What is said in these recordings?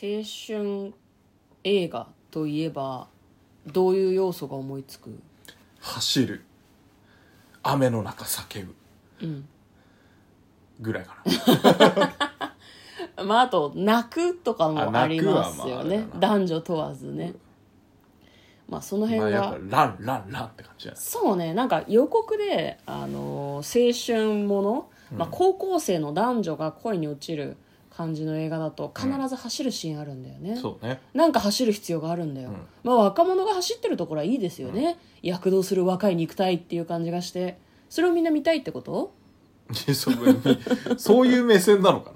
青春映画といえばどういう要素が思いつく走る雨の中叫ぶうんぐらいか まああと泣くとかもああります泣くはまあよあれねだな男女問わずね まあそのなまあ辺やがっぱランランランって感じじゃないそうねなんか予告で、あのー青春もの、まあ、高校生の男女が恋に落ちる感じの映画だと必ず走るシーンあるんだよね、そうね なんか走る必要があるんだよ、うんまあ、若者が走ってるところはいいですよね、躍動する若い肉体っていう感じがしてそれをみんな見たいってことそうそういう目線な のか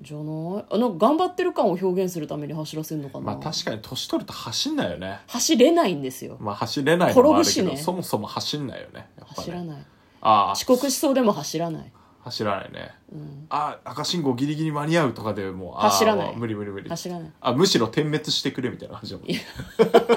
じゃないあなんか頑張ってる感を表現するために走らせるのかな、なまあ確かに年取ると走んないよね走れないんですよまあ走れないのもあるけ転ぶど、しねそもそも走んないよねやっぱ走らねないああ遅刻しそうでも走らない、走らないねうん、ああ赤信号ギリギリ間に合うとかでもうああ走らない無理無理無理走らないあむしろ点滅してくれみたいな感じだもんね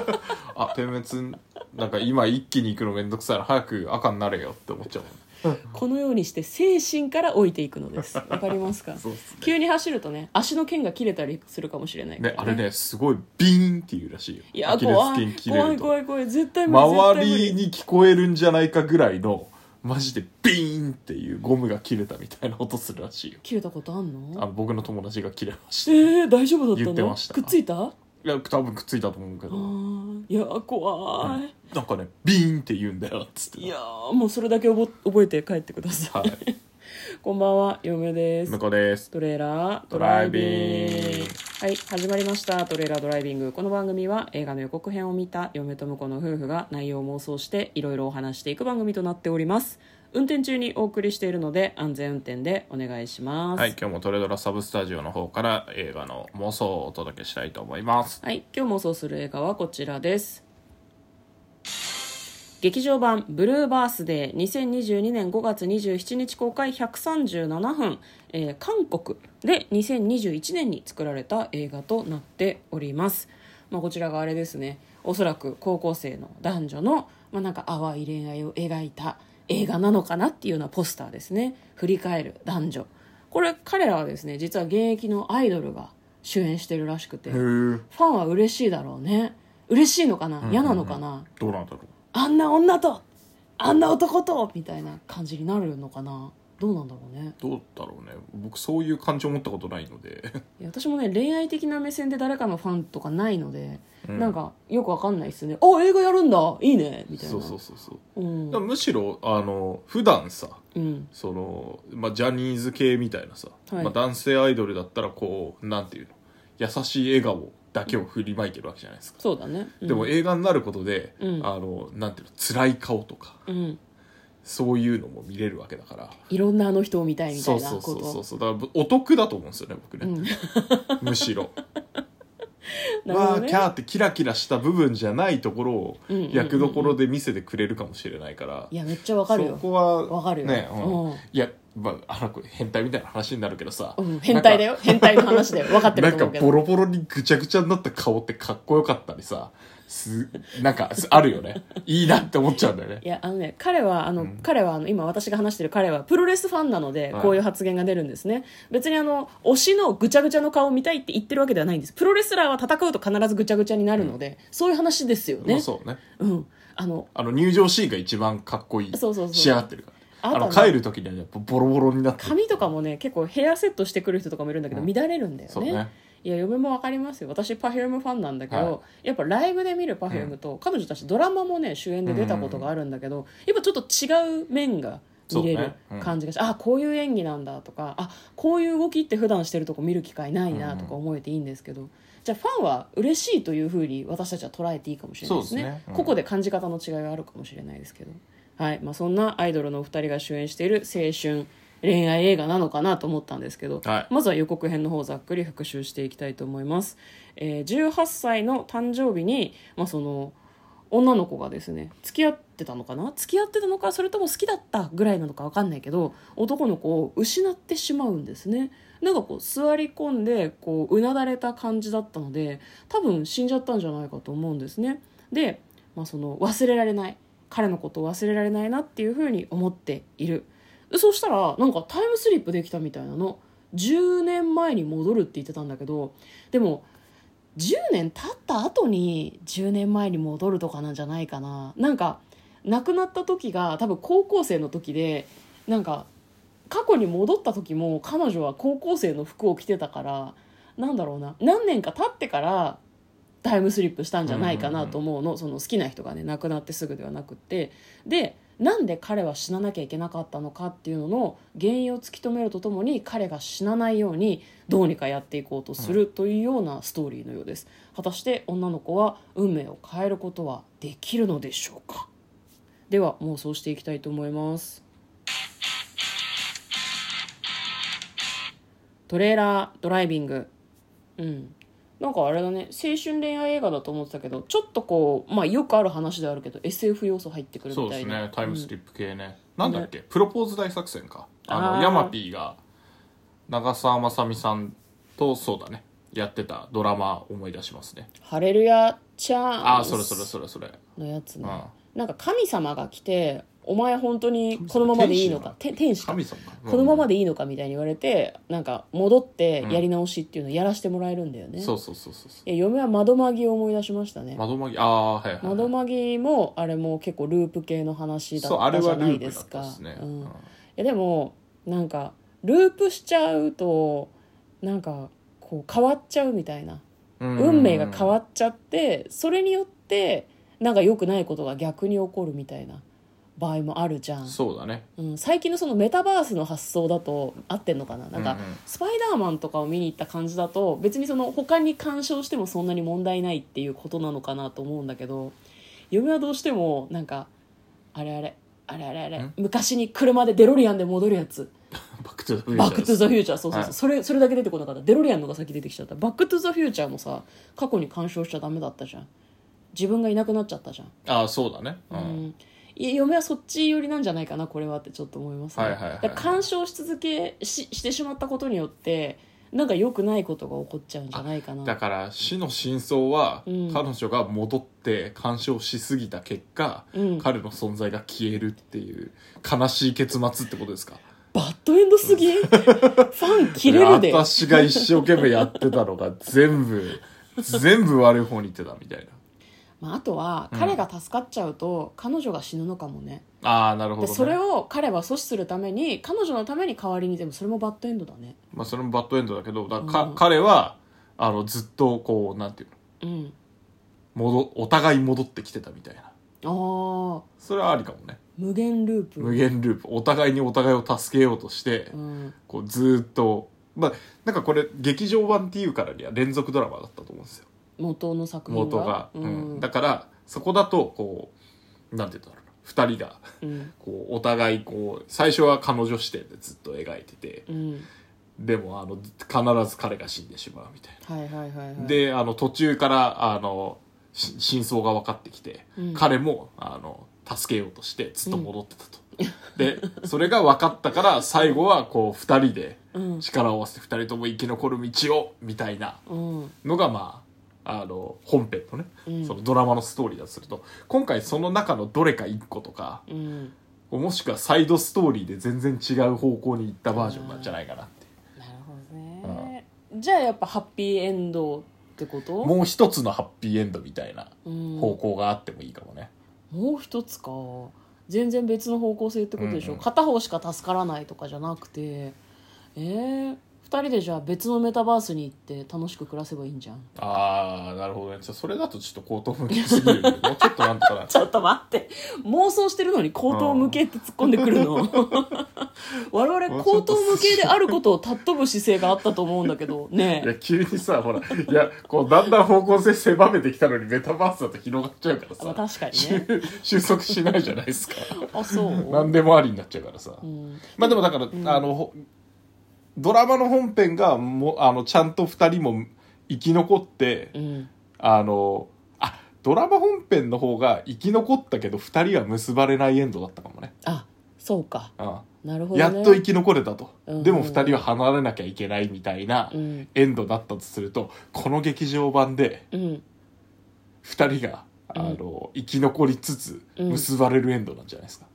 あ点滅なんか今一気に行くのめんどくさいな早く赤になれよって思っちゃ うもんこのようにして精神から老いていくの ですわかりますかそうっすね急に走るとね足の腱が切れたりするかもしれないかね、らあれね、すごいビーンっていうらしいよ。いやアキレス怖腱い切れ怖るいと。怖い怖い絶対無理周り絶対無理に聞こえるんじゃないかぐらいの、マジでビーンっていうゴムが切れたみたいな音するらしいよ。切れたことあんあのの僕の友達が切れましえた。いー、大丈夫だったの言ってましたくっついたあや、多分くっついたと思うけど。ーいやー怖い、なんかね、ビーンって言うんだよ、つって。いやーもうそれだけ覚覚えて帰ってください、はい。こんばんは嫁です向こうです。トレーラードドラライイビビンンググはい始まりましたトレーラードライビングこの番組は映画の予告編を見た嫁と婿の夫婦が内容を妄想していろいろお話していく番組となっております運転中にお送りしているので安全運転でお願いしますはい、今日もトレドラサブスタジオの方から映画の妄想をお届けしたいと思います。はい、今日妄想する映画はこちらです劇場版「ブルーバースデー」2022年5月27日公開137分、えー韓国で2021年に作られた映画となっております、まあ、こちらがあれですねおそらく高校生の男女の、まあ、なんか淡い恋愛を描いた映画なのかなっていうようなポスターですね振り返る男女これ彼らはですね実は現役のアイドルが主演してるらしくてへえ。ファンは嬉しいだろうね嬉しいのかな嫌なのかな、どうなんだろう。あんな女とあんな男とみたいな感じになるのかなどうなんだろうねどうだろうね。僕そういう感情持ったことないので。いや私もね恋愛的な目線で誰かのファンとかないので、うんなんかよくわかんないっすねあ映画やるんだいいねみたいなそうそうそうそう。うんだからむしろあの普段さうんその、まあ、ジャニーズ系みたいなさ、はいまあ、男性アイドルだったらこうなんていうの優しい笑顔だけを振りまいてるわけじゃないですか、そうだね、うんでも映画になることで、うんあのなんていうの辛い顔とかうん、そういうのも見れるわけだからいろんなあの人を見たいみたそいうなそこうとそうそうそうだからお得だと思うんですよね僕うね、 んむしろ、なるほわどあねキャーってキラキラした部分じゃないところをうんうんうんうん役どころで見せてくれるかもしれないから、いやめっちゃわかるそよこはわかるよね、うんうんいや、まあ、あの子変態みたいな話になるけどさ、うん、変態だよ変態の話だよ分かってなるんとか思うけどボロボロにぐちゃぐちゃになった顔ってかっこよかったりさすなんかすあるよねいいなって思っちゃうんだよねいやあのね彼はあの、彼はあの今私が話してる彼はプロレスファンなのではいこういう発言が出るんですね、別にあの推しのぐちゃぐちゃの顔を見たいって言ってるわけではないんですプロレスラーは戦うと必ずぐちゃぐちゃになるので、そういう話ですよまねあ、そうねうん、あのあの入場シーンが一番かっこいいそうそうそう仕上がってるからああとはのね帰る時にはやっぱボロボロになってる髪とかもね結構ヘアセットしてくる人とかもいるんだけど、うん乱れるんだよそうねねいや嫁も分かりますよ私 Perfume ファンなんだけど、はやっぱライブで見る Perfume と、彼女たちドラマもね主演で出たことがあるんだけど、やっぱちょっと違う面が見れそうるねうん感じがして、あこういう演技なんだとかあこういう動きって普段してるとこ見る機会ないなとか思えていいんですけど、じゃあファンは嬉しいというふうに私たちは捉えていいかもしれないですねそうですねうんここで感じ方の違いはあるかもしれないですけど、はいまあ、そんなアイドルのお二人が主演している青春恋愛映画なのかなと思ったんですけど、はいまずは予告編の方をざっくり復習していきたいと思います、えー18歳の誕生日に、まあ、その女の子がですね付き合ってたのかな付き合ってたのかそれとも好きだったぐらいなのか分かんないけど男の子を失ってしまうんですねなんかこう座り込んでこううなだれた感じだったので多分死んじゃったんじゃないかと思うんですねで、まあ、その忘れられない彼のことを忘れられないなっていうふうに思っているそしたらなんかタイムスリップできたみたいなの10年前に戻るって言ってたんだけどでも10年経った後に10年前に戻るとかなんじゃないかななんか亡くなった時が多分高校生の時でなんか過去に戻った時も彼女は高校生の服を着てたからなんだろうな何年か経ってからタイムスリップしたんじゃないかなと思うの、その好きな人がね亡くなってすぐではなくってでなんで彼は死ななきゃいけなかったのかっていうのの原因を突き止めるとともに彼が死なないようにどうにかやっていこうとするというようなストーリーのようです果たして女の子は運命を変えることはできるのでしょうかでは妄想していきたいと思いますトレーラードライビングうんなんかあれだね青春恋愛映画だと思ってたけどちょっとこうまあよくある話ではあるけど SF 要素入ってくるそうみでたすいなねタイムスリップ系ね、なんだっけ、ねプロポーズ大作戦かああのーヤマピーが長澤まさみさんとそうだねやってたドラマ思い出しますねハレルヤチャあーあンそれそれスそれそれのやつねあなんか神様が来て「お前本当にこのままでいいのか」天神使天使か神様かこのままで、でいいのかみたいに言われてなんか戻ってやり直しっていうのをやらせてもらえるんだよね、そうそうそうそうそいや嫁は窓マギを思い出しましたねう窓まぎああはいはい、はい、窓マギもあれも結構ループ系の話だそうっあれたじはゃルないープでだすったかですね、ううんんいやでもなんかループしちゃうとなんかこう変わっちゃうみたいな運命が変わっちゃってそれによってなんか良くないことが逆に起こるみたいな場合もあるじゃん、そうだねうん、最近のそのメタバースの発想だと合ってんのかななんか、うんうんスパイダーマンとかを見に行った感じだと別にその他に干渉してもそんなに問題ないっていうことなのかなと思うんだけど嫁はどうしてもなんかあれあれあれあれあれん昔に車でデロリアンで戻るやつバック・トゥ・ザ・フューチャーバック・トゥ・ザ・フューチャーそうそうそう、はいそれそれだけ出てこなかったデロリアンのが先出てきちゃったバック・トゥ・ザ・フューチャーもさ過去に干渉しちゃダメだったじゃん自分がいなくなっちゃったじゃん、ああそうだねううんん、い嫁はそっち寄りなんじゃないかなこれはってちょっと思いますね、はいはいはいだから干渉し続けししてしまったことによってなんか良くないことが起こっちゃうんじゃないかなだから死の真相は、うん彼女が戻って干渉しすぎた結果、うん彼の存在が消えるっていう悲しい結末ってことですかバッドエンドすぎファン切れるで私が一生懸命やってた のが全部全部悪い方に行ってたみたいまあ、あとはうん彼が助かっちゃうと、彼女が死ぬのかもねなああなるほど、でね、それを彼は阻止するために彼女のために代わりにでもそれもバッドエンドだねまあ、それもバッドエンドだけどだからか、うん彼はあのずっとこうなんていうのうん戻お互い戻ってきてたみたいなああそれはありかもね無限ループ無限ループお互いにお互いを助けようとして、うんこうずーっとまあなんかこれ劇場版っていうからには連続ドラマだったと思うんですよ元の作品が元が、ううんんだからそこだとこうなんて言うんだろうな二人がうんこうお互いこう最初は彼女視点でずっと描いててうんでもあの必ず彼が死んでしまうみたいはいはいはいはな、いであの途中からあのし真相が分かってきて、うん彼もあの助けようとしてずっと戻ってたと、 でそれが分かったから最後はこう二人でうん力を合わせて二人とも生き残る道をみたいなうんのがまああの本編のね、うんそのドラマのストーリーだとすると今回その中のどれか一個とかうんもしくはサイドストーリーで全然違う方向に行ったバージョンなんじゃないかなってなるほどねじゃあやっぱハッピーエンドってこともう一つのハッピーエンドみたいなうん方向があってもいいかもね、もう一つか全然別の方向性ってことでしょ、うんうん片方しか助からないとかじゃなくてえー、2人でじゃあ別のメタバースに行って楽しく暮らせばいいんじ ゃんああなるほどねちょそれだとちょっと高等向けすぎるよねもうちょっとなんとか なちょっと待って妄想してるのに口頭無形って突っ込んでく るの我々口頭無形であることを尊ぶ姿勢があったと思うんだけどねいえや急にさほら いやこうだんだん方向性狭めてきたのにメタバースだと広がっちゃうからまあさ確かにね収束しないじゃないですかあそう何でもあり になっちゃうからさ、うんまあでもだから、あのほドラマの本編がもうあのちゃんと2人も生き残って、うんあのあドラマ本編の方が生き残ったけど2人は結ばれないエンドだったかもね、あそうかうんなるほど、ね、やっと生き残れたと、うんでも2人は離れなきゃいけないみたいなうんエンドだったとするとこの劇場版でうん2人があの、生き残りつつうん結ばれるエンドなんじゃないですか、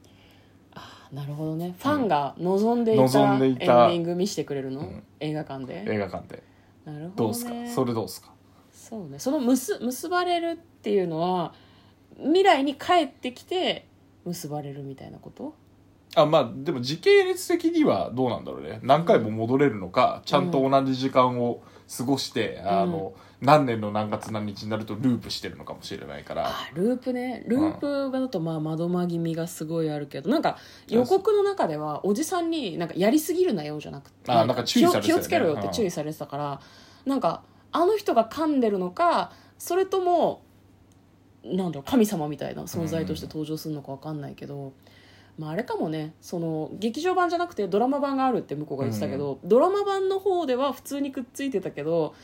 あなるほどねファンが望んでい望たんエでンいデたィング見せてくれるの、うん映画館で映画館でなるほど、ね、どうすかそれどうすかそうねその結結ばれるっていうのは未来に帰ってきて結ばれるみたいなことあまあでも時系列的にはどうなんだろうね何回も戻れるのか、ちゃんと同じ時間を過ごして、あの何年の何月何日になるとループしてるのかもしれないから、あループねループだとまあ窓間気味がすごいあるけどなんか予告の中ではおじさんになんかやりすぎるなよじゃなくてあなんか注意されてた気よを気ねをつけろよって注意されてたから、なんかあの人が噛んでるのかそれともなんだろう神様みたいな存在として登場するのかわかんないけど、まあ、あれかもねその劇場版じゃなくてドラマ版があるって向こうが言ってたけど、ドラマ版の方では普通にくっついてたけど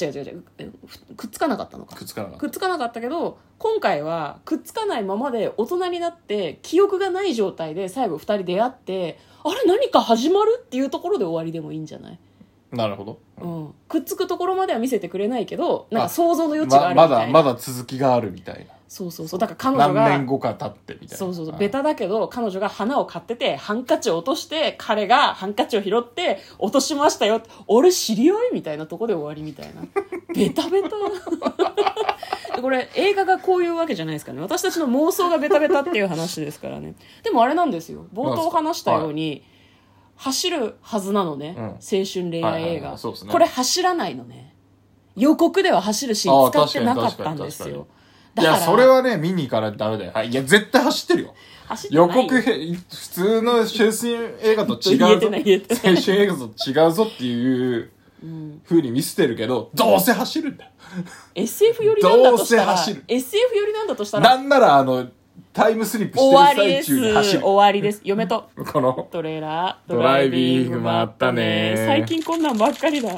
違う違う違うえふくっつかなかったのかくっつかなかったくっつかなかったけど今回はくっつかないままで大人になって記憶がない状態で最後2人出会ってあれ何か始まるっていうところで終わりでもいいんじゃない、なるほど、うん、くっつくところまでは見せてくれないけどなんかあ想像の余地があまるみたまだいな、まだ続きがあるみたいなそうそうそうだから彼女何年が後か経ってみたいなそうそうそうあベタだけど彼女が花を買っててハンカチを落として彼がハンカチを拾って落としましたよ俺知り合いみたいなとこで終わりみたいなベタベタ これ映画がこういうわけじゃないですからね私たちの妄想がベタベタっていう話ですからねでもあれなんですよ冒頭話したように、走るはずなのね、うん青春恋愛はい映はいは画いそうですねこれ走らないのね予告では走るシーン使ってなかったんですよいやそれはね見に行かないとダメだよ、はい、いや絶対走ってるよ走ってない予よ告編普通の青春映画と違うぞ言えてない言えてない青春映画と違うぞっていうふうに見せてるけどどうせ走るんだよ SF 寄りなんだとしたどうらせ走る SF 寄りなんだとしたらなんならあのタイムスリップして終わりでる最す中に走終るわりです嫁とこのトレーラードドライビングまったね最近こんなんばっかりだ